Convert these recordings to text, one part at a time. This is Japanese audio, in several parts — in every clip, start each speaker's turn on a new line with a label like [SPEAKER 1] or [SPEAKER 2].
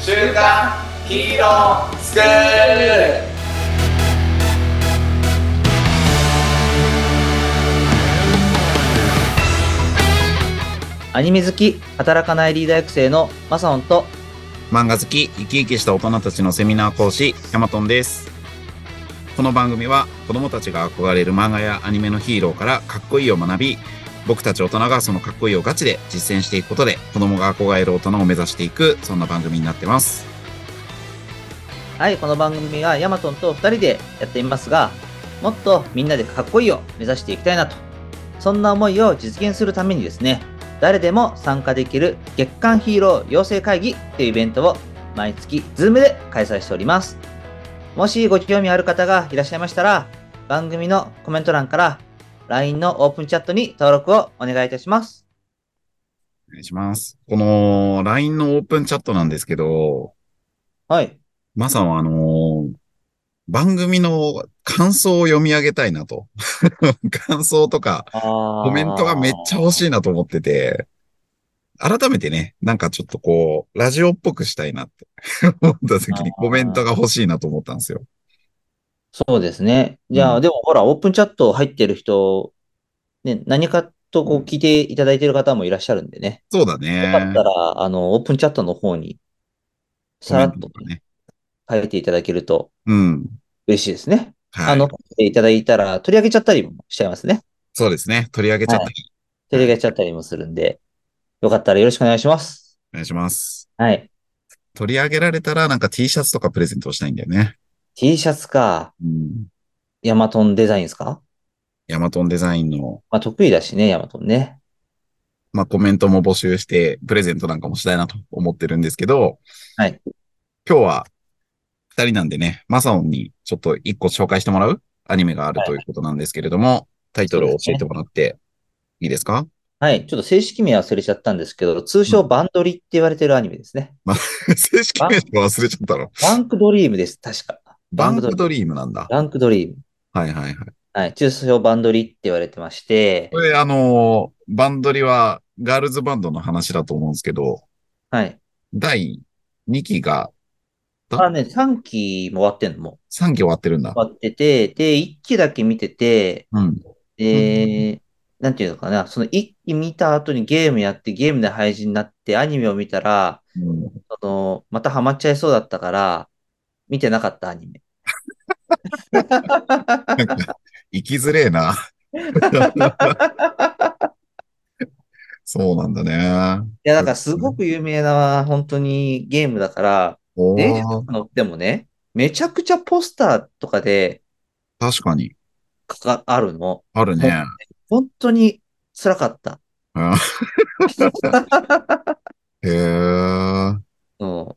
[SPEAKER 1] 週刊ヒーロースクール
[SPEAKER 2] アニメ好き、働かないリーダー育成のマサオンと、
[SPEAKER 3] 漫画好き、生き生きした大人たちのセミナー講師、ヤマトンです。この番組は子供たちが憧れる漫画やアニメのヒーローからかっこいいを学び、僕たち大人がそのかっこいいをガチで実践していくことで、子供が憧れる大人を目指していく、そんな番組になってます。
[SPEAKER 2] はい、この番組はヤマトンと2人でやっていますが、もっとみんなでかっこいいを目指していきたいなと、そんな思いを実現するためにですね、誰でも参加できる月間ヒーロー養成会議というイベントを毎月 Zoom で開催しております。もしご興味ある方がいらっしゃいましたら、番組のコメント欄から LINE のオープンチャットに登録をお願いいたします。
[SPEAKER 3] お願いします。この LINE のオープンチャットなんですけど、
[SPEAKER 2] はい。
[SPEAKER 3] マサはあのー番組の感想を読み上げたいなと。 感想とか、コ
[SPEAKER 2] コ
[SPEAKER 3] メントがめっちゃ欲しいなと思ってて、改めてね、なんかちょっとこう、ラジオっぽくしたいなって 思った時に
[SPEAKER 2] あー
[SPEAKER 3] コメントが欲しいなと思ったんですよ。
[SPEAKER 2] そうですね。じゃあ、
[SPEAKER 3] うん
[SPEAKER 2] でもほら、オープンチャット入ってる人、ね、何かとこう聞いていただいてる方もいらっしゃるんでね。
[SPEAKER 3] そうだ
[SPEAKER 2] よかっ
[SPEAKER 3] ね
[SPEAKER 2] た。ら、あの、オープンチャットの方に、
[SPEAKER 3] コ
[SPEAKER 2] さ
[SPEAKER 3] メ
[SPEAKER 2] ら
[SPEAKER 3] ン
[SPEAKER 2] っ
[SPEAKER 3] ト
[SPEAKER 2] と
[SPEAKER 3] とかね。
[SPEAKER 2] 書いていただけると
[SPEAKER 3] うん。
[SPEAKER 2] 嬉しいですね。
[SPEAKER 3] はい。
[SPEAKER 2] あの、書いていただいたら、取り上げちゃったりもしちゃいますね。
[SPEAKER 3] そうですね。取り上げちゃったり、
[SPEAKER 2] 取り上げちゃったりもするんで、よかったらよろしくお願いします。
[SPEAKER 3] お願いします。
[SPEAKER 2] はい。
[SPEAKER 3] 取り上げられたらなんか T シャツとかプレゼントしたいんだよね。
[SPEAKER 2] T シャツか、
[SPEAKER 3] うん。
[SPEAKER 2] ヤマトンデザインですか
[SPEAKER 3] ヤマトンデザインの、
[SPEAKER 2] まあ、得意だしね、ヤマトンね。
[SPEAKER 3] まあ、コメントも募集して、プレゼントなんかもしたいなと思ってるんですけど、
[SPEAKER 2] はい。
[SPEAKER 3] 今日は、二人なんでね、マサオンにちょっと一個紹介してもらうアニメがあるということなんですけれども、タイトルを教えてもらっていいですか
[SPEAKER 2] はい。ちょっと正式名忘れちゃったんですけど、通称バンドリって言われてるアニメですね。
[SPEAKER 3] 正式名称忘れちゃったの。
[SPEAKER 2] バンクドリームです、確か。
[SPEAKER 3] バン
[SPEAKER 2] ド
[SPEAKER 3] ク
[SPEAKER 2] リーム。
[SPEAKER 3] ドリームなんだ。
[SPEAKER 2] バンクドリーム。
[SPEAKER 3] はいはいはい。
[SPEAKER 2] はい。中小バンドリって言われてまして
[SPEAKER 3] こ、れあのーバンドリはガールズバンドの話だと思うんですけど、
[SPEAKER 2] はい。
[SPEAKER 3] 第2期がだ
[SPEAKER 2] あね、3期も終わってんの、も
[SPEAKER 3] 3期終わってるんだ
[SPEAKER 2] う。。終わってて、で、1期だけ見てて、
[SPEAKER 3] うん。
[SPEAKER 2] で、なんていうのかな、その1期見た後にゲームやって、ゲームで廃止になって、アニメを見たら、
[SPEAKER 3] うん
[SPEAKER 2] その、またハマっちゃいそうだったから、見てなかったアニメ。
[SPEAKER 3] 生きづれえな。そうなんだね。
[SPEAKER 2] いや、だからすごく有名な、本当にゲームだから、
[SPEAKER 3] お
[SPEAKER 2] 電車と
[SPEAKER 3] ー
[SPEAKER 2] か乗ってもね、めちゃくちゃポスターとかで
[SPEAKER 3] 確かに。
[SPEAKER 2] かかあるの。
[SPEAKER 3] あるね。
[SPEAKER 2] 本当に辛かった。
[SPEAKER 3] うんへえ。
[SPEAKER 2] そ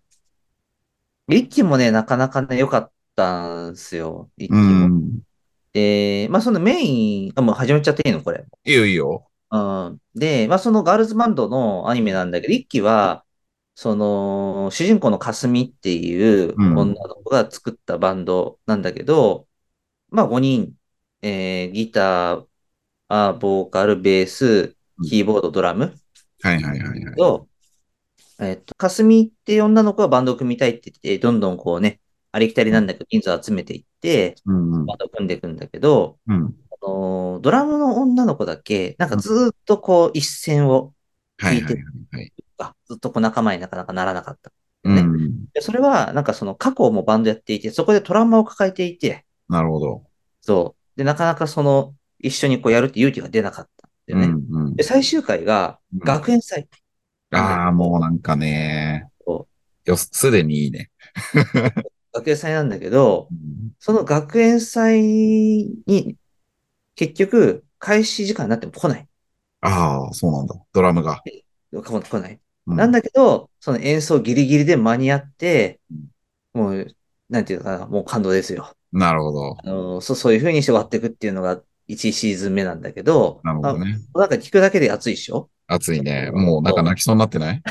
[SPEAKER 2] う。一期もね、なかなかね、良かったんですよ。一期
[SPEAKER 3] う
[SPEAKER 2] も。
[SPEAKER 3] ん。
[SPEAKER 2] で、まあそのメイン、あ、もう始めちゃっていいのこれ。
[SPEAKER 3] いいよいいよ。
[SPEAKER 2] うん。で、まあそのガールズバンドのアニメなんだけど、一期は、その、主人公のかすみっていう
[SPEAKER 3] うん
[SPEAKER 2] 女の子が作ったバンドなんだけど、まあ5人、えーギター、あ、ボーカル、ベース、キーボード、ドラム
[SPEAKER 3] はいはいはいはい。
[SPEAKER 2] と、えっと、かすみっていう女の子がバンドを組みたいって言って、どんどんこうね、ありきたりなんだけど、人数を集めていって、
[SPEAKER 3] うんうん
[SPEAKER 2] バンドを組んでいくんだけど、
[SPEAKER 3] うん。
[SPEAKER 2] あのードラムの女の子だけ、なんかずーっとこう一線を、
[SPEAKER 3] はいはいはい。
[SPEAKER 2] あずっとこう仲間になかなかならなかった。
[SPEAKER 3] うん。
[SPEAKER 2] で、それはなんかその過去もバンドやっていて、そこでトラウマを抱えていて、
[SPEAKER 3] なるほど。
[SPEAKER 2] そう。で、なかなかその、一緒にこうやるって勇気が出なかったんだよ
[SPEAKER 3] うん
[SPEAKER 2] ね。
[SPEAKER 3] うん
[SPEAKER 2] で、最終回が学園祭。
[SPEAKER 3] ああ、もうなんかね
[SPEAKER 2] そ。
[SPEAKER 3] よ、すでにいいね。
[SPEAKER 2] 学園祭なんだけど
[SPEAKER 3] う、ん
[SPEAKER 2] その学園祭に、結局、開始時間になっても来ない。
[SPEAKER 3] ああ、そうなんだ。ドラムが。
[SPEAKER 2] 来来ない。
[SPEAKER 3] う
[SPEAKER 2] なんだけど、その演奏ギリギリで間に合って
[SPEAKER 3] うん、
[SPEAKER 2] もう、なんていうのかな、もう感動ですよ。
[SPEAKER 3] なるほど。
[SPEAKER 2] あのそうそういう風にして終わっていくっていうのが1シーズン目なんだけど、
[SPEAKER 3] なるほどね。
[SPEAKER 2] あなんか聞くだけで熱いでしょ
[SPEAKER 3] 暑いね。もうなんか泣きそうになっ てない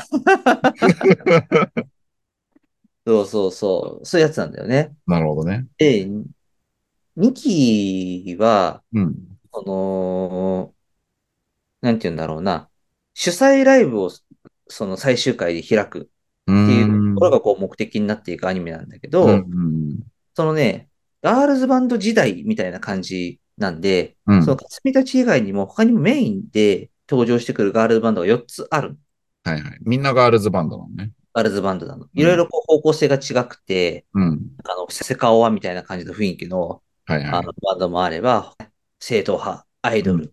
[SPEAKER 2] そうそうそう。そういうやつなんだよね。
[SPEAKER 3] なるほどね。
[SPEAKER 2] で、2期は、
[SPEAKER 3] うん。
[SPEAKER 2] この、なんて言うんだろうな、主催ライブをその最終回で開く
[SPEAKER 3] う
[SPEAKER 2] ってい
[SPEAKER 3] ー。
[SPEAKER 2] うんころがこう目的になっていくアニメなんだけど、
[SPEAKER 3] うんうん
[SPEAKER 2] そのね、ガールズバンド時代みたいな感じなんで、
[SPEAKER 3] うん
[SPEAKER 2] その霞たち以外にも他にもメインで登場してくるガールズバンドが4つある。
[SPEAKER 3] はいはい。みんなガールズバンドなのね。
[SPEAKER 2] ガールズバンドなの。いろいろこう方向性が違くて、
[SPEAKER 3] うん。
[SPEAKER 2] あの、セカオワみたいな感じの雰囲気の
[SPEAKER 3] はい
[SPEAKER 2] あ
[SPEAKER 3] はい。
[SPEAKER 2] のバンドもあれば、正統派、アイドル、
[SPEAKER 3] うん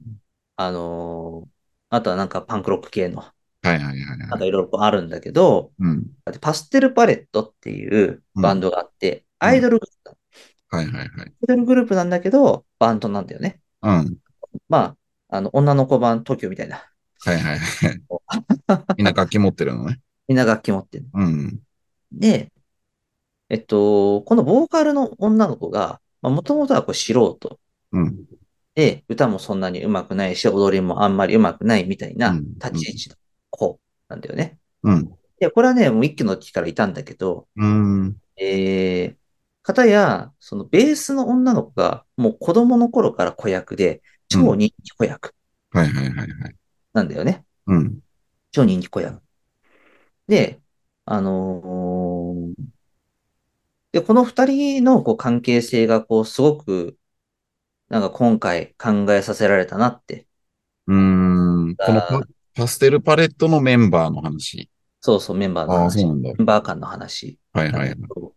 [SPEAKER 2] あのーあとはなんかパンクロック系の、
[SPEAKER 3] はいはいはい
[SPEAKER 2] なん
[SPEAKER 3] はい。
[SPEAKER 2] かいろいろこうあるんだけど、
[SPEAKER 3] うん。
[SPEAKER 2] でパステルパレットっていうバンドがあって、
[SPEAKER 3] うん
[SPEAKER 2] アイドルグループ、
[SPEAKER 3] はいはいはい。
[SPEAKER 2] アイドルグループなんだけど、バンドなんだよね。
[SPEAKER 3] うん。
[SPEAKER 2] まあ、あの、女の子版 TOKIO みたいな。
[SPEAKER 3] はいはいはい。みんな楽器持ってるのね。
[SPEAKER 2] みんな楽器持ってる。
[SPEAKER 3] うん。
[SPEAKER 2] で、えっと、このボーカルの女の子が、もともとはこう素人
[SPEAKER 3] うん。
[SPEAKER 2] で、歌もそんなに上手くないし、踊りもあんまり上手くないみたいな
[SPEAKER 3] うん
[SPEAKER 2] 立ち位置の子なんだよね。
[SPEAKER 3] うん。
[SPEAKER 2] で、これはね、もう一期の時からいたんだけど、
[SPEAKER 3] うん。
[SPEAKER 2] えー、方や、そのベースの女の子が、もう子供の頃から子役で、超人気子役
[SPEAKER 3] はいはいはいはい。
[SPEAKER 2] なんだよね。
[SPEAKER 3] うん。
[SPEAKER 2] 超人気子や。で、あのーで、この二人のこう関係性がこうすごく、なんか今回考えさせられたなって。
[SPEAKER 3] うん。このパパステルパレットのメンバーの話。
[SPEAKER 2] そうそう、メンバーの
[SPEAKER 3] ああ、そ
[SPEAKER 2] 話。
[SPEAKER 3] う
[SPEAKER 2] メ
[SPEAKER 3] なんだ。
[SPEAKER 2] ンバー間の話
[SPEAKER 3] はい
[SPEAKER 2] な
[SPEAKER 3] は
[SPEAKER 2] ん
[SPEAKER 3] い
[SPEAKER 2] だ。けど。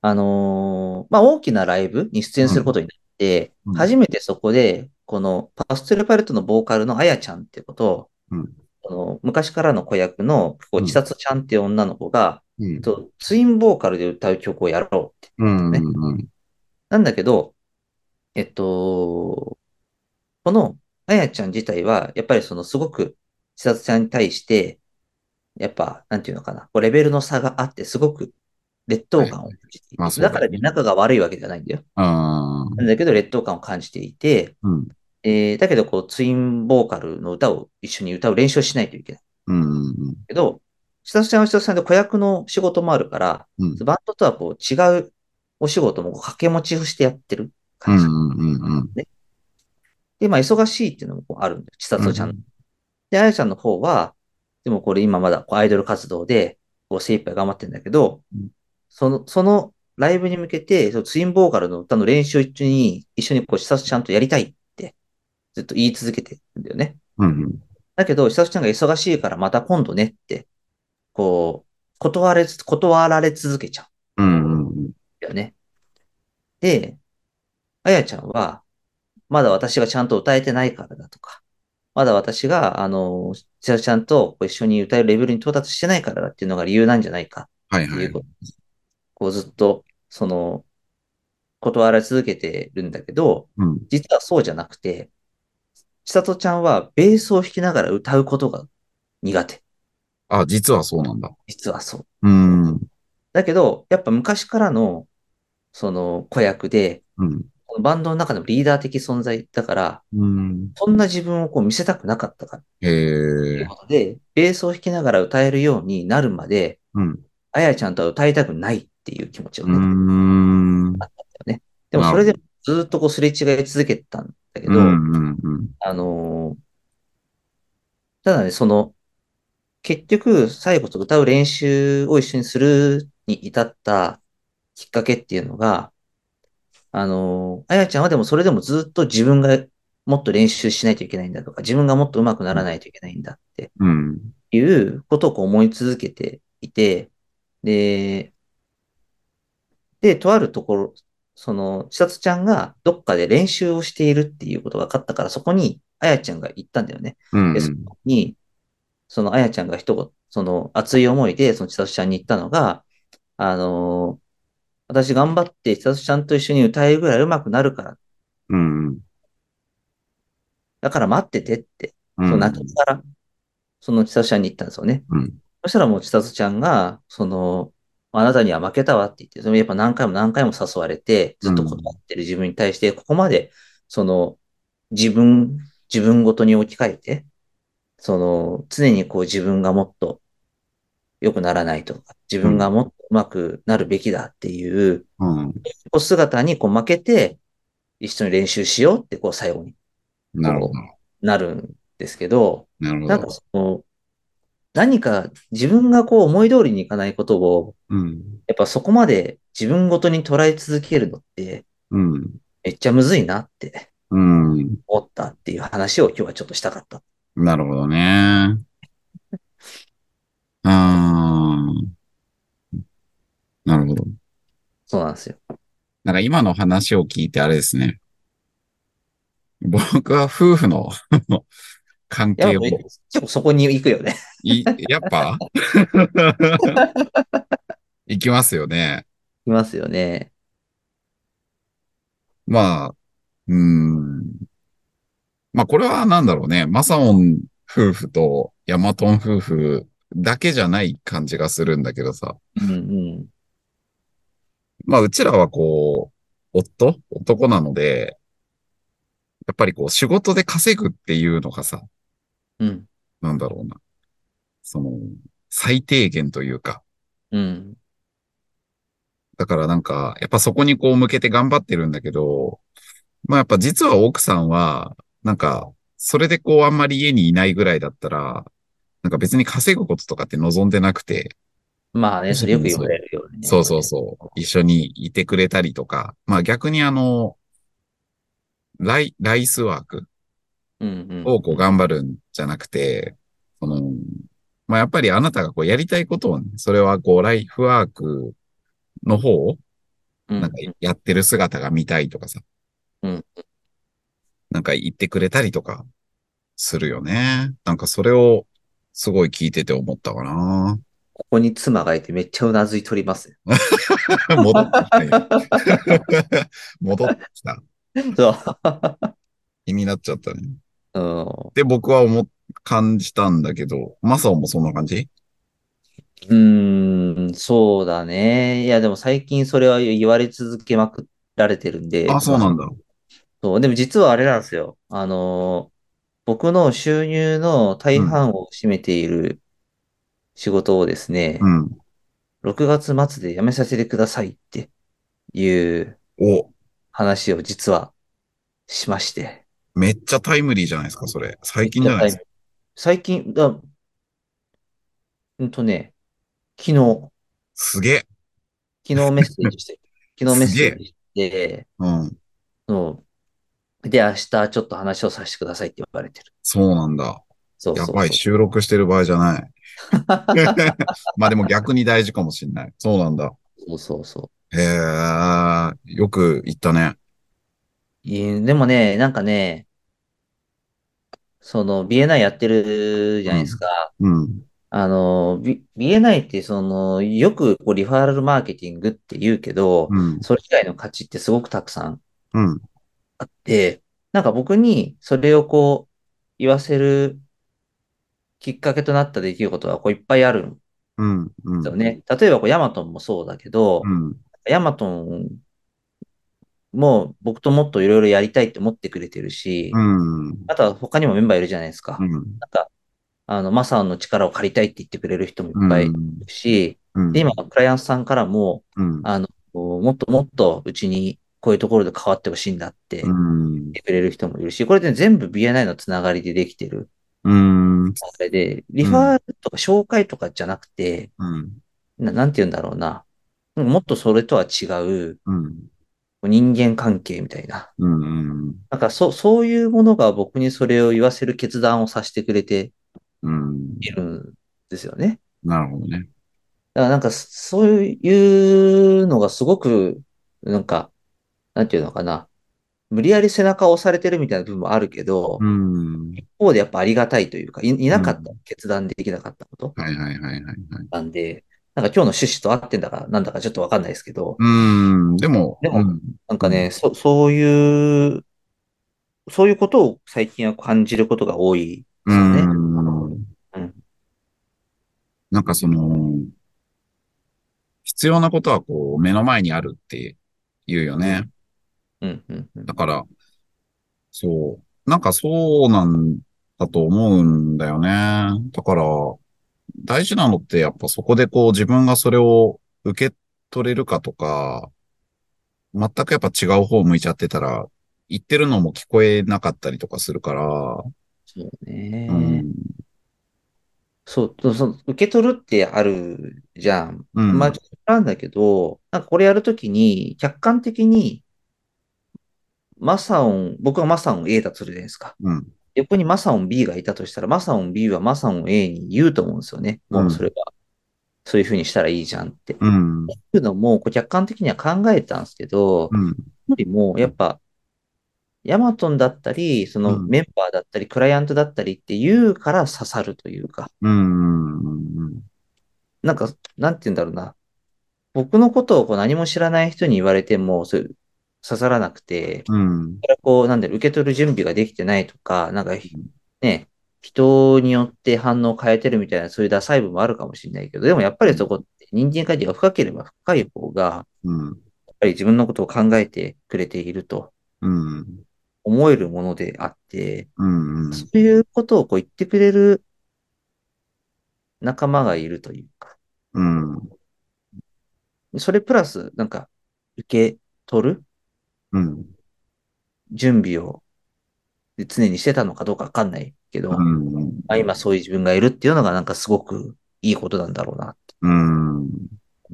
[SPEAKER 2] あのーまあ、大きなライブに出演することになって、
[SPEAKER 3] うんうん
[SPEAKER 2] 初めてそこで、このパステルパレットのボーカルのあやちゃんってことを、
[SPEAKER 3] うん
[SPEAKER 2] この昔からの子役の、こ
[SPEAKER 3] う
[SPEAKER 2] う、
[SPEAKER 3] ん
[SPEAKER 2] 千里ちゃんっていう女の子が、
[SPEAKER 3] うん。
[SPEAKER 2] と、ツインボーカルで歌う曲をやろうって。
[SPEAKER 3] うん。うん。
[SPEAKER 2] なんだけど、えっと、この、あやちゃん自体は、やっぱりそのすごく、千里ちゃんに対して、やっぱ、なんていうのかな、こうレベルの差があって、すごく劣等感を感じてい
[SPEAKER 3] まあ
[SPEAKER 2] る。
[SPEAKER 3] そうだ
[SPEAKER 2] だ
[SPEAKER 3] ね
[SPEAKER 2] からね仲が悪いわけじゃないんだよ。
[SPEAKER 3] あ
[SPEAKER 2] なんだけど、劣等感を感じていて、
[SPEAKER 3] あ。うん。
[SPEAKER 2] えーだけど、こう、ツインボーカルの歌を一緒に歌う練習をしないといけない
[SPEAKER 3] うん。
[SPEAKER 2] けど、千里ちゃんは千里ちゃんで子役の仕事もあるから、
[SPEAKER 3] うん。
[SPEAKER 2] バンドとはこう違うお仕事もこう掛け持ちをしてやってる
[SPEAKER 3] う
[SPEAKER 2] 感じ。
[SPEAKER 3] ん。うん。
[SPEAKER 2] で、まあ忙しいっていうのもこうあるんだよ。千里ちゃん。
[SPEAKER 3] うん
[SPEAKER 2] で、あやちゃんの方は、でもこれ今まだこうアイドル活動でこう精一杯頑張ってるんだけど、
[SPEAKER 3] うん
[SPEAKER 2] その、そのライブに向けて、そのツインボーカルの歌の練習中に一緒にこう千里ちゃんとやりたいってずっと言い続けてるんだよね。
[SPEAKER 3] うん。
[SPEAKER 2] だけど、久しちゃんが忙しいからまた今度ねって、こう、断れつ、断られ続けちゃう。
[SPEAKER 3] うん。
[SPEAKER 2] だよね。で、あやちゃんは、まだ私がちゃんと歌えてないからだとか、まだ私が、あの、千代ちゃんと一緒に歌えるレベルに到達してないからだっていうのが理由なんじゃないか
[SPEAKER 3] はい
[SPEAKER 2] って。
[SPEAKER 3] はいいう
[SPEAKER 2] ことです。こうずっと、その、断られ続けてるんだけど、
[SPEAKER 3] うん。
[SPEAKER 2] 実はそうじゃなくて、千里ちゃんはベースを弾きながら歌うことが苦手。
[SPEAKER 3] あ、実はそうなんだ。
[SPEAKER 2] 実はそう。
[SPEAKER 3] うん。うん。
[SPEAKER 2] だけど、やっぱ昔からの、その、子役で、
[SPEAKER 3] うん。
[SPEAKER 2] このバンドの中のリーダー的存在だから、
[SPEAKER 3] うん。
[SPEAKER 2] そんな自分をこう見せたくなかったから。と
[SPEAKER 3] へ
[SPEAKER 2] いう
[SPEAKER 3] え。
[SPEAKER 2] ことで、ベースを弾きながら歌えるようになるまで、
[SPEAKER 3] うん。
[SPEAKER 2] あやちゃんとは歌いたくないっていう気持ちを
[SPEAKER 3] う
[SPEAKER 2] ね、
[SPEAKER 3] ん。
[SPEAKER 2] あ
[SPEAKER 3] うん。
[SPEAKER 2] ったんだよね。でもそれでもずっとこうすれ違い続けてたんだけど、
[SPEAKER 3] うん。うん。
[SPEAKER 2] あのーただね、その、結局最後と歌う練習を一緒にするに至ったきっかけっていうのが、あのーあやちゃんはでもそれでもずっと自分がもっと練習しないといけないんだとか、自分がもっと上手くならないといけないんだって
[SPEAKER 3] うん。
[SPEAKER 2] いうことをこう思い続けていて、で、で、とあるところ、その、千里ちゃんがどっかで練習をしているっていうことが分かったから、そこに、あやちゃんが行ったんだよね。
[SPEAKER 3] う
[SPEAKER 2] で、そ
[SPEAKER 3] ん。
[SPEAKER 2] こに、そのあやちゃんが一言、その熱い思いで、その千里ちゃんに言ったのが、あのー私頑張って千里ちゃんと一緒に歌えるぐらい上手くなるから、
[SPEAKER 3] うん。
[SPEAKER 2] だから待っててって、
[SPEAKER 3] う
[SPEAKER 2] その
[SPEAKER 3] ん。
[SPEAKER 2] 中津から、その千里ちゃんに言ったんですよね。
[SPEAKER 3] うん
[SPEAKER 2] そしたらもう千里ちゃんが、その、あなたには負けたわって言って、そのやっぱ何回も何回も誘われて、ずっと断ってる自分に対して、ここまで、その、自分、自分ごとに置き換えて、その、常にこう自分がもっと良くならないとか、自分がもっと上手くなるべきだっていう、
[SPEAKER 3] うん。
[SPEAKER 2] こう姿にこう負けて、一緒に練習しようってこう最後に
[SPEAKER 3] なるほど。
[SPEAKER 2] なるんですけど、
[SPEAKER 3] なるほ
[SPEAKER 2] なんか
[SPEAKER 3] ど。
[SPEAKER 2] その、何か自分がこう思い通りにいかないことを、
[SPEAKER 3] うん。
[SPEAKER 2] やっぱそこまで自分ごとに捉え続けるのって、
[SPEAKER 3] うん。
[SPEAKER 2] めっちゃむずいなって
[SPEAKER 3] うん。
[SPEAKER 2] 思ったっていう話を今日はちょっとしたかった。
[SPEAKER 3] なるほどね。 あー。なるほど。
[SPEAKER 2] そうなんですよ。
[SPEAKER 3] なんか今の話を聞いてあれですね。僕は夫婦の 関
[SPEAKER 2] やっ
[SPEAKER 3] 係
[SPEAKER 2] ぱ
[SPEAKER 3] を、い
[SPEAKER 2] 結構そこに行くよね。
[SPEAKER 3] やっぱいきますよね。
[SPEAKER 2] いますよね。
[SPEAKER 3] まあ、うーん。まあこれはなんだろうね。マサオン夫婦とヤマトン夫婦だけじゃない感じがするんだけどさ。
[SPEAKER 2] うんうん。
[SPEAKER 3] まあうちらはこう、夫男なので、やっぱりこう仕事で稼ぐっていうのがさ、
[SPEAKER 2] うん。
[SPEAKER 3] なんだろうな。その、最低限というか。
[SPEAKER 2] うん。
[SPEAKER 3] だからなんか、やっぱそこにこう向けて頑張ってるんだけど、まあやっぱ実は奥さんは、なんか、それでこうあんまり家にいないぐらいだったら、なんか別に稼ぐこととかって望んでなくて、
[SPEAKER 2] まあね、それよく言われるよね。
[SPEAKER 3] そうそうそう、一緒にいてくれたりとか、まあ逆にあの、ライ、ライスワーク
[SPEAKER 2] う。うんうん。
[SPEAKER 3] をこう頑張るんじゃなくて、その、まあ、やっぱりあなたがこうやりたいことをね、それはこうライフワークの方を
[SPEAKER 2] うん
[SPEAKER 3] なんかやってる姿が見たいとかさ。
[SPEAKER 2] うん。
[SPEAKER 3] なんか言ってくれたりとかするよね。なんかそれをすごい聞いてて思ったかな。
[SPEAKER 2] ここに妻がいてめっちゃうなずいとります。
[SPEAKER 3] 戻ってきたよ。 戻ってきた。
[SPEAKER 2] そう。
[SPEAKER 3] 気になっちゃったね。
[SPEAKER 2] うん。
[SPEAKER 3] で、僕は思っ、感じたんだけど、マサオもそんな感じ
[SPEAKER 2] うーん、そうだね。いや、でも最近それは言われ続けまくられてるんで。
[SPEAKER 3] あ、そうなんだ。
[SPEAKER 2] そう、でも実はあれなんですよ。あのー、僕の収入の大半を占めている仕事をですね
[SPEAKER 3] う、ん。
[SPEAKER 2] 6月末で辞めさせてくださいっていう
[SPEAKER 3] お、
[SPEAKER 2] 話を実はしまして。
[SPEAKER 3] めっちゃタイムリーじゃないですか、それ。最近じゃないですか。
[SPEAKER 2] 最近、だ、うんとね、昨日、
[SPEAKER 3] すげえ。
[SPEAKER 2] 昨日メッセージ して、昨日メッセージして、
[SPEAKER 3] うん。
[SPEAKER 2] そうで、明日ちょっと話をさせてくださいって言われてる。
[SPEAKER 3] そうなんだ。
[SPEAKER 2] そう
[SPEAKER 3] や
[SPEAKER 2] そう
[SPEAKER 3] ばい、
[SPEAKER 2] そう。
[SPEAKER 3] 収録してる場合じ ゃない。まあでも逆に大事かもしんない。そうなんだ。
[SPEAKER 2] そうそうそう。
[SPEAKER 3] へえ、よく言ったね。
[SPEAKER 2] いいでもね、なんかね、その、ビエナイやってるじゃないですか。
[SPEAKER 3] うん。
[SPEAKER 2] あの、ビ、ビエナイって、その、よくこうリファーラルマーケティングって言うけど、
[SPEAKER 3] うん。
[SPEAKER 2] それ以外の価値ってすごくたくさん
[SPEAKER 3] うん。
[SPEAKER 2] あって、なんか僕にそれをこう、言わせるきっかけとなった出来事がこういっぱいあるん
[SPEAKER 3] うん。うん。
[SPEAKER 2] ですよね。例えばこう、ヤマトンもそうだけど、
[SPEAKER 3] うん。
[SPEAKER 2] ヤマトンも僕ともっといろいろやりたいって思ってくれてるし、
[SPEAKER 3] うん。
[SPEAKER 2] あとは他にもメンバーいるじゃないですか。
[SPEAKER 3] うん。
[SPEAKER 2] なんか、あの、マサの力を借りたいって言ってくれる人もいっぱいいるし、
[SPEAKER 3] うん。
[SPEAKER 2] で、今、クライアントさんからも、
[SPEAKER 3] うん。
[SPEAKER 2] あの、もっともっとうちにこういうところで変わってほしいんだって
[SPEAKER 3] う
[SPEAKER 2] 言っ
[SPEAKER 3] ん。
[SPEAKER 2] てくれる人もいるし、これで全部 BNI のつながりでできてる。
[SPEAKER 3] うん。
[SPEAKER 2] それで、リファールとか紹介とかじゃなくて、
[SPEAKER 3] うん。
[SPEAKER 2] ななんて言うんだろうな。なんかもっとそれとは違う
[SPEAKER 3] うん。
[SPEAKER 2] 人間関係みたいな。
[SPEAKER 3] うん。
[SPEAKER 2] なんかそ、そういうものが僕にそれを言わせる決断をさせてくれて
[SPEAKER 3] うん。
[SPEAKER 2] いるんですよね。
[SPEAKER 3] なるほどね。
[SPEAKER 2] だからなんかそ、そういうのがすごく、なんか、なんていうのかな。無理やり背中を押されてるみたいな部分もあるけど、
[SPEAKER 3] うん。
[SPEAKER 2] 一方でやっぱありがたいというか、い、いなかった、決断できなかったこと
[SPEAKER 3] はいはいはいはいはい。
[SPEAKER 2] なんで、なんか今日の趣旨と合ってんだか、なんだかちょっとわかんないですけど、
[SPEAKER 3] うん。でも、
[SPEAKER 2] でも
[SPEAKER 3] うん
[SPEAKER 2] なんかね、そ、そういう、そういうことを最近は感じることが多いですよね。
[SPEAKER 3] うーん。なんかその、必要なことはこう目の前にあるって言うよね。
[SPEAKER 2] うん、うん、うん
[SPEAKER 3] だ。から、そう。なんかそうなんだと思うんだよね。だから、大事なのってやっぱそこでこう自分がそれを受け取れるかとか、全くやっぱ違う方向いちゃってたら、言ってるのも聞こえなかったりとかするから、
[SPEAKER 2] そうね。
[SPEAKER 3] うん
[SPEAKER 2] そう、そうそう受け取るってあるじゃん。
[SPEAKER 3] うん。
[SPEAKER 2] まあ、なんだけど、なんかこれやるときに、客観的に、マサオン、僕はマサオン A だとするじゃないですか。
[SPEAKER 3] うん。
[SPEAKER 2] 横にマサオン B がいたとしたら、マサオン B はマサオン A に言うと思うんですよね。もうそれは。そういうふうにしたらいいじゃんって。
[SPEAKER 3] う
[SPEAKER 2] っ
[SPEAKER 3] ん。
[SPEAKER 2] ていうのも、こう客観的には考えたんですけど、
[SPEAKER 3] うん。
[SPEAKER 2] よりも、やっぱ、ヤマトンだったり、その
[SPEAKER 3] うん
[SPEAKER 2] メンバーだったり、クライアントだったりっていうから刺さるというか、
[SPEAKER 3] うん。
[SPEAKER 2] なんか、なんて言うんだろうな。僕のことをこう何も知らない人に言われても、そういう刺さらなくて、
[SPEAKER 3] うん。
[SPEAKER 2] それはこう、なんだろう、受け取る準備ができてないとか、なんかひ、ね、人によって反応を変えてるみたいな、そういうダサい部分もあるかもしれないけど、でもやっぱりそこって人間関係が深ければ深い方が、
[SPEAKER 3] うん。
[SPEAKER 2] やっぱり自分のことを考えてくれていると
[SPEAKER 3] うん。
[SPEAKER 2] 思えるものであって、
[SPEAKER 3] うん。
[SPEAKER 2] そういうことをこう言ってくれる仲間がいるというか、
[SPEAKER 3] うん。
[SPEAKER 2] それプラス、なんか、受け取る
[SPEAKER 3] うん。
[SPEAKER 2] 準備を常にしてたのかどうかわかんないけど、ま
[SPEAKER 3] うん。
[SPEAKER 2] あ、今そういう自分がいるっていうのがなんかすごくいいことなんだろうなって
[SPEAKER 3] うん。
[SPEAKER 2] 思い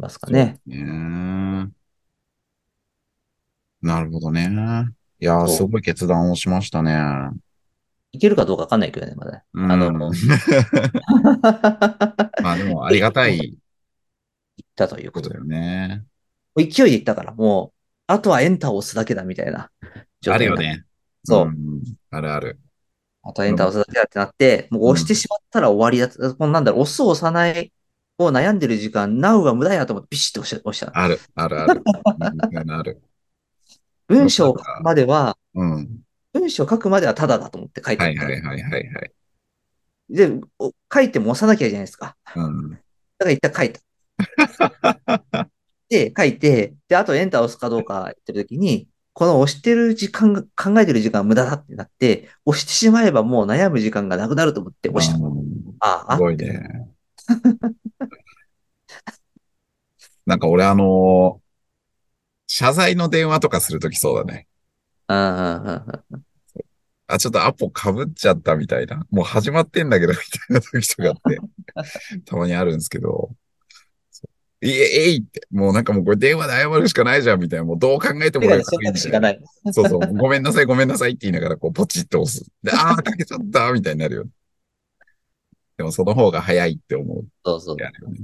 [SPEAKER 2] ますかね。
[SPEAKER 3] ねなるほどね。いやー、
[SPEAKER 2] そう
[SPEAKER 3] すごい決断をしましたね。
[SPEAKER 2] いけるかどうかわかんないけどね、まだね。
[SPEAKER 3] うん
[SPEAKER 2] あ の
[SPEAKER 3] まあでも、ありがたい
[SPEAKER 2] 行ったというこ
[SPEAKER 3] ことと
[SPEAKER 2] で。
[SPEAKER 3] だよね。
[SPEAKER 2] 勢いで行ったから、もう、あとはエンターを押すだけだみたいな状
[SPEAKER 3] ある
[SPEAKER 2] 態にな
[SPEAKER 3] よ
[SPEAKER 2] って。
[SPEAKER 3] ね。
[SPEAKER 2] そう。
[SPEAKER 3] ん。あるある。
[SPEAKER 2] あとエンターを押すだけだってなって、もう押してしまったら終わりだと、このなんだろう、押す押さないを悩んでる時間、now が無駄やと思ってビシッと押し押した。
[SPEAKER 3] ある、あるある。うんある。
[SPEAKER 2] 文章を書くまでは、
[SPEAKER 3] うん。
[SPEAKER 2] 文章を書くまではただだと思って書いて
[SPEAKER 3] は
[SPEAKER 2] あっ
[SPEAKER 3] い
[SPEAKER 2] た。
[SPEAKER 3] はいはいはいはい。
[SPEAKER 2] で、お書いても押さなきゃいいじゃないですか。
[SPEAKER 3] うん。
[SPEAKER 2] だから一旦書いた。 で、書いて、で、あとエンターを押すかどうか言ってるときに、この押してる時間が、考えてる時間が無駄だってなって、押してしまえばもう悩む時間がなくなると思って押した。
[SPEAKER 3] うん
[SPEAKER 2] ああ、
[SPEAKER 3] すごいね。 なんか俺あのー謝罪の電話とかするときそうだね。
[SPEAKER 2] うんうんうんうん。
[SPEAKER 3] あ、ちょっとアポ被っちゃったみたいな。もう始まってんだけど、みたいな時とか って、たまにあるんですけど。そういえ、えいって、もうなんかもうこれ電話で謝るしかないじゃん、みたいな。もうどう考えて
[SPEAKER 2] 手
[SPEAKER 3] も俺
[SPEAKER 2] が
[SPEAKER 3] が
[SPEAKER 2] 選
[SPEAKER 3] 悪い
[SPEAKER 2] 択
[SPEAKER 3] みた
[SPEAKER 2] 肢
[SPEAKER 3] い
[SPEAKER 2] が
[SPEAKER 3] な。
[SPEAKER 2] ない。
[SPEAKER 3] そうそう、ごめんなさい、ごめんなさいって言いながら、こう、ポチッと押す。で、あー、かけちゃった、みたいになるよね。でもその方が早いって思う。
[SPEAKER 2] そうそう。
[SPEAKER 3] やるよね。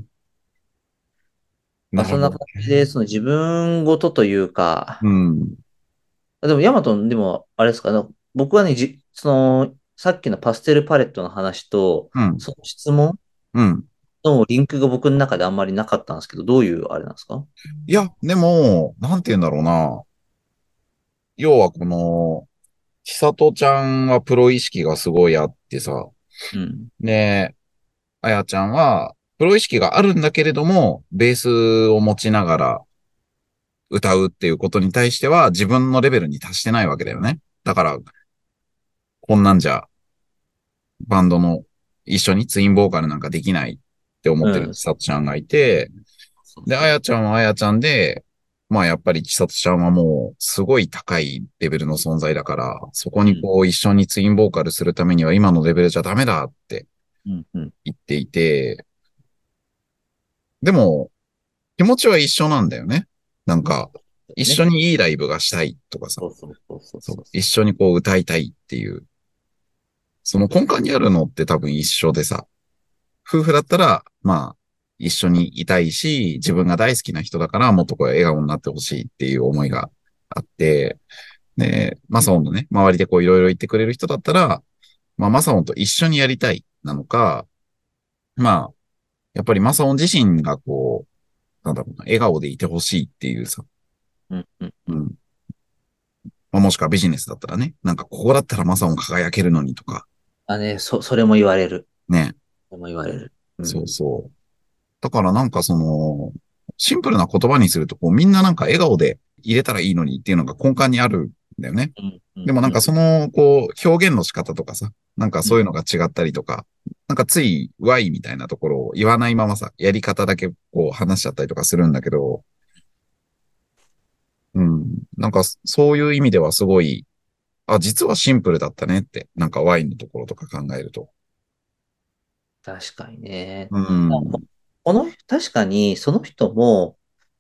[SPEAKER 2] まあ、そんな
[SPEAKER 3] る
[SPEAKER 2] 感
[SPEAKER 3] ほど
[SPEAKER 2] じで、その自分ごとというか、
[SPEAKER 3] うん。
[SPEAKER 2] でもヤマトン、でも、あれですかね、僕はね、じ、その、さっきのパステルパレットの話と、
[SPEAKER 3] うん。
[SPEAKER 2] その質問
[SPEAKER 3] うん。
[SPEAKER 2] のリンクが僕の中であんまりなかったんですけど、どういうあれなんですか
[SPEAKER 3] いや、でも、なんて言うんだろうな。要はこの、ひさとちゃんはプロ意識がすごいあってさ、
[SPEAKER 2] うん。
[SPEAKER 3] ねあやちゃんは、プロ意識があるんだけれども、ベースを持ちながら歌うっていうことに対しては自分のレベルに達してないわけだよね。だから、こんなんじゃ、バンドの一緒にツインボーカルなんかできないって思って
[SPEAKER 2] うん
[SPEAKER 3] るちさとちゃんがいて、で、あやちゃんはあやちゃんで、まあやっぱりちさとちゃんはもうすごい高いレベルの存在だから、そこにこう一緒にツインボーカルするためには今のレベルじゃダメだって
[SPEAKER 2] うんうん。
[SPEAKER 3] 言っていて、でも、気持ちは一緒なんだよね。なんか、一緒
[SPEAKER 2] に。
[SPEAKER 3] にいいライブがしたいとかさ
[SPEAKER 2] そ、うそうそうそう
[SPEAKER 3] そ
[SPEAKER 2] そう
[SPEAKER 3] 一緒にこう歌いたいっていう、その根幹にあるのって多分一緒でさ、夫婦だったら、まあ、一緒にいたいし、自分が大好きな人だから、もっとこう笑顔になってほしいっていう思いがあって、で、マサオンのね、周りでこういろいろ言ってくれる人だったら、まあ、マサオンと一緒にやりたいなのか、まあ、やっぱりマサオン自身がこう、なんだろうな、笑顔でいてほしいっていうさ、
[SPEAKER 2] うんうん。
[SPEAKER 3] うん。まあ、もしくはビジネスだったらね、なんかここだったらマサオン輝けるのにとか、
[SPEAKER 2] あね、そ、それも言われる。
[SPEAKER 3] ね。
[SPEAKER 2] それも言われる。うん
[SPEAKER 3] そうそう。だからなんかその、シンプルな言葉にすると、こうみんななんか笑顔で入れたらいいのにっていうのが根幹にあるんだよね。
[SPEAKER 2] うんう
[SPEAKER 3] でもなんかその、こう、表現の仕方とかさ、なんかそういうのが違ったりとか、なんかつい、ワイみたいなところを言わないままさ、やり方だけこう話しちゃったりとかするんだけど、うん、なんかそそういう意味ではすごい、あ、実はシンプルだったねって、なんかワインのところとか考えると。
[SPEAKER 2] 確かにね。
[SPEAKER 3] うん。
[SPEAKER 2] この、確かにその人も、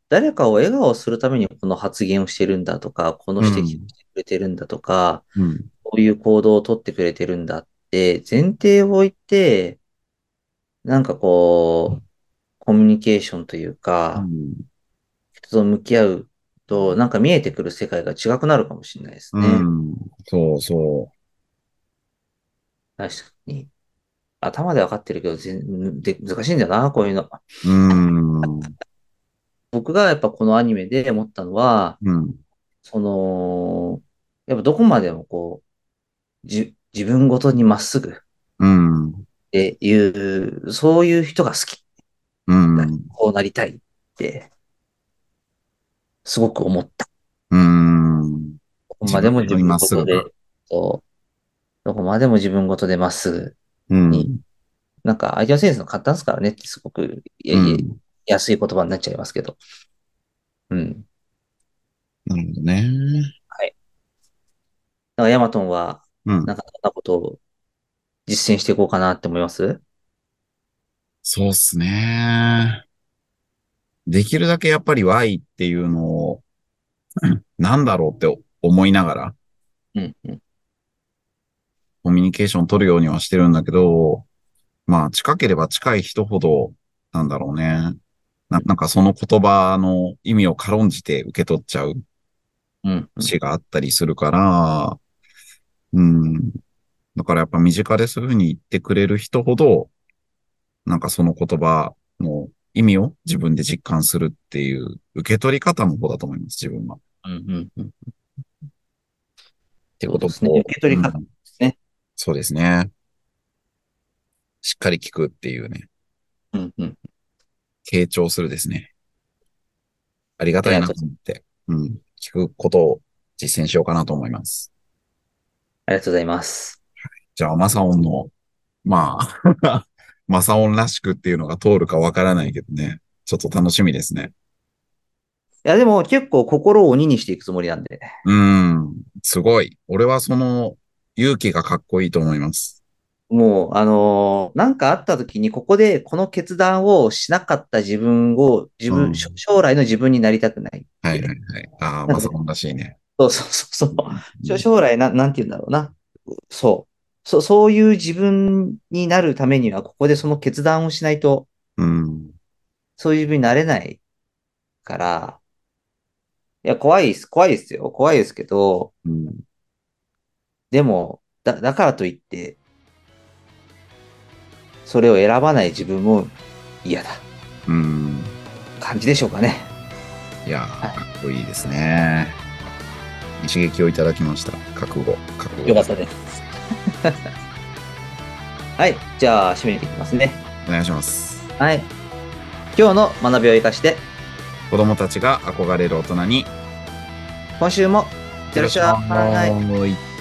[SPEAKER 2] 誰かを笑顔をするためにこの発言をしてるんだとか、この指摘をしてくれてるんだとか、
[SPEAKER 3] うん。
[SPEAKER 2] こういう行動をとってくれてるんだって、前提を置いて、なんかこう、コミュニケーションというか、人と向き合うと、なんか見えてくる世界が違くなるかもしれないです
[SPEAKER 3] う
[SPEAKER 2] ね。
[SPEAKER 3] ん。そうそ
[SPEAKER 2] 確かに。頭でわかってるけど、全で難しいんだよな、こういうの。
[SPEAKER 3] う。うん。うん。
[SPEAKER 2] 僕がやっぱこのアニメで思ったのは、その、やっぱどこまでもこう、じ自分ごとにまっすぐっ
[SPEAKER 3] うん。
[SPEAKER 2] ていう、そういう人が好き。
[SPEAKER 3] うん。
[SPEAKER 2] こうなりたいって、すごく思った。
[SPEAKER 3] うん。
[SPEAKER 2] どこまでも
[SPEAKER 3] 自
[SPEAKER 2] 自
[SPEAKER 3] 分
[SPEAKER 2] 分
[SPEAKER 3] まっ
[SPEAKER 2] ご
[SPEAKER 3] すぐ
[SPEAKER 2] とで、そうどこまでも自分ごとでまっすぐ。
[SPEAKER 3] うん。
[SPEAKER 2] なんか、相手のセンスの簡単ですからねってすごく、いやいや安い言葉になっちゃいますけど。うん。
[SPEAKER 3] なるほどね。
[SPEAKER 2] だから、ヤマトンは、
[SPEAKER 3] うん。
[SPEAKER 2] なんか、どんなことを実践していこうかなって思います
[SPEAKER 3] そうっすね。できるだけやっぱり Y っていうのを、 なんだろうって思いながら、
[SPEAKER 2] うん、うん。
[SPEAKER 3] コミュニケーション取るようにはしてるんだけど、まあ近ければ近い人ほど、なんだろうね。ななんかその言葉の意味を軽んじて受け取っちゃう
[SPEAKER 2] うん。
[SPEAKER 3] 節があったりするから、うん。だからやっぱ身近でそういうふうに言ってくれる人ほど、なんかその言葉の意味を自分で実感するっていう受け取り方の方だと思います、自分は。っ
[SPEAKER 2] うん、うん、うん。ってて
[SPEAKER 3] こ
[SPEAKER 2] ことと
[SPEAKER 3] を
[SPEAKER 2] ですね。受け取り方
[SPEAKER 3] う
[SPEAKER 2] で
[SPEAKER 3] ん
[SPEAKER 2] すね。
[SPEAKER 3] そうですね。しっかり聞くっていうね。
[SPEAKER 2] うん、うん。
[SPEAKER 3] 傾聴するですね。ありがたいなと思って、うん。聞くことを実践しようかなと思います。
[SPEAKER 2] ありがとうございます。
[SPEAKER 3] じゃあ、マサオンの、まあ、 マサオンらしくっていうのが通るかわからないけどね。ちょっと楽しみですね。
[SPEAKER 2] いや、でも結構心を鬼にしていくつもりなんで。
[SPEAKER 3] うん。すごい。俺はその勇気がかっこいいと思います。
[SPEAKER 2] もう、あのーなんかあった時に、ここでこの決断をしなかった自分を、自分、
[SPEAKER 3] うん
[SPEAKER 2] 将将来の自分になりたくない。
[SPEAKER 3] はいはいはい。あ あ、マサオンらしいね。
[SPEAKER 2] そうそうそうそう。将将来な、なんて言うんだろうな。そう。そ、そういう自分になるためには、ここでその決断をしないと、
[SPEAKER 3] うん。
[SPEAKER 2] そういう自分になれないから、いや、怖いです。怖いですよ。怖いですけど、
[SPEAKER 3] うん。
[SPEAKER 2] でも、だ、だからといって、それを選ばない自分も嫌だ。
[SPEAKER 3] うん。
[SPEAKER 2] 感じでしょうかね。
[SPEAKER 3] いやー、かっこいいですね。刺激をいただきました。覚悟。覚悟。
[SPEAKER 2] よかったです。 はい。じゃあ、締めていきますね。
[SPEAKER 3] お願いします。
[SPEAKER 2] はい。今日の学びを生かして、
[SPEAKER 3] 子供たちが憧れる大人に、
[SPEAKER 2] 今週も、よろしくお願いします。
[SPEAKER 3] い。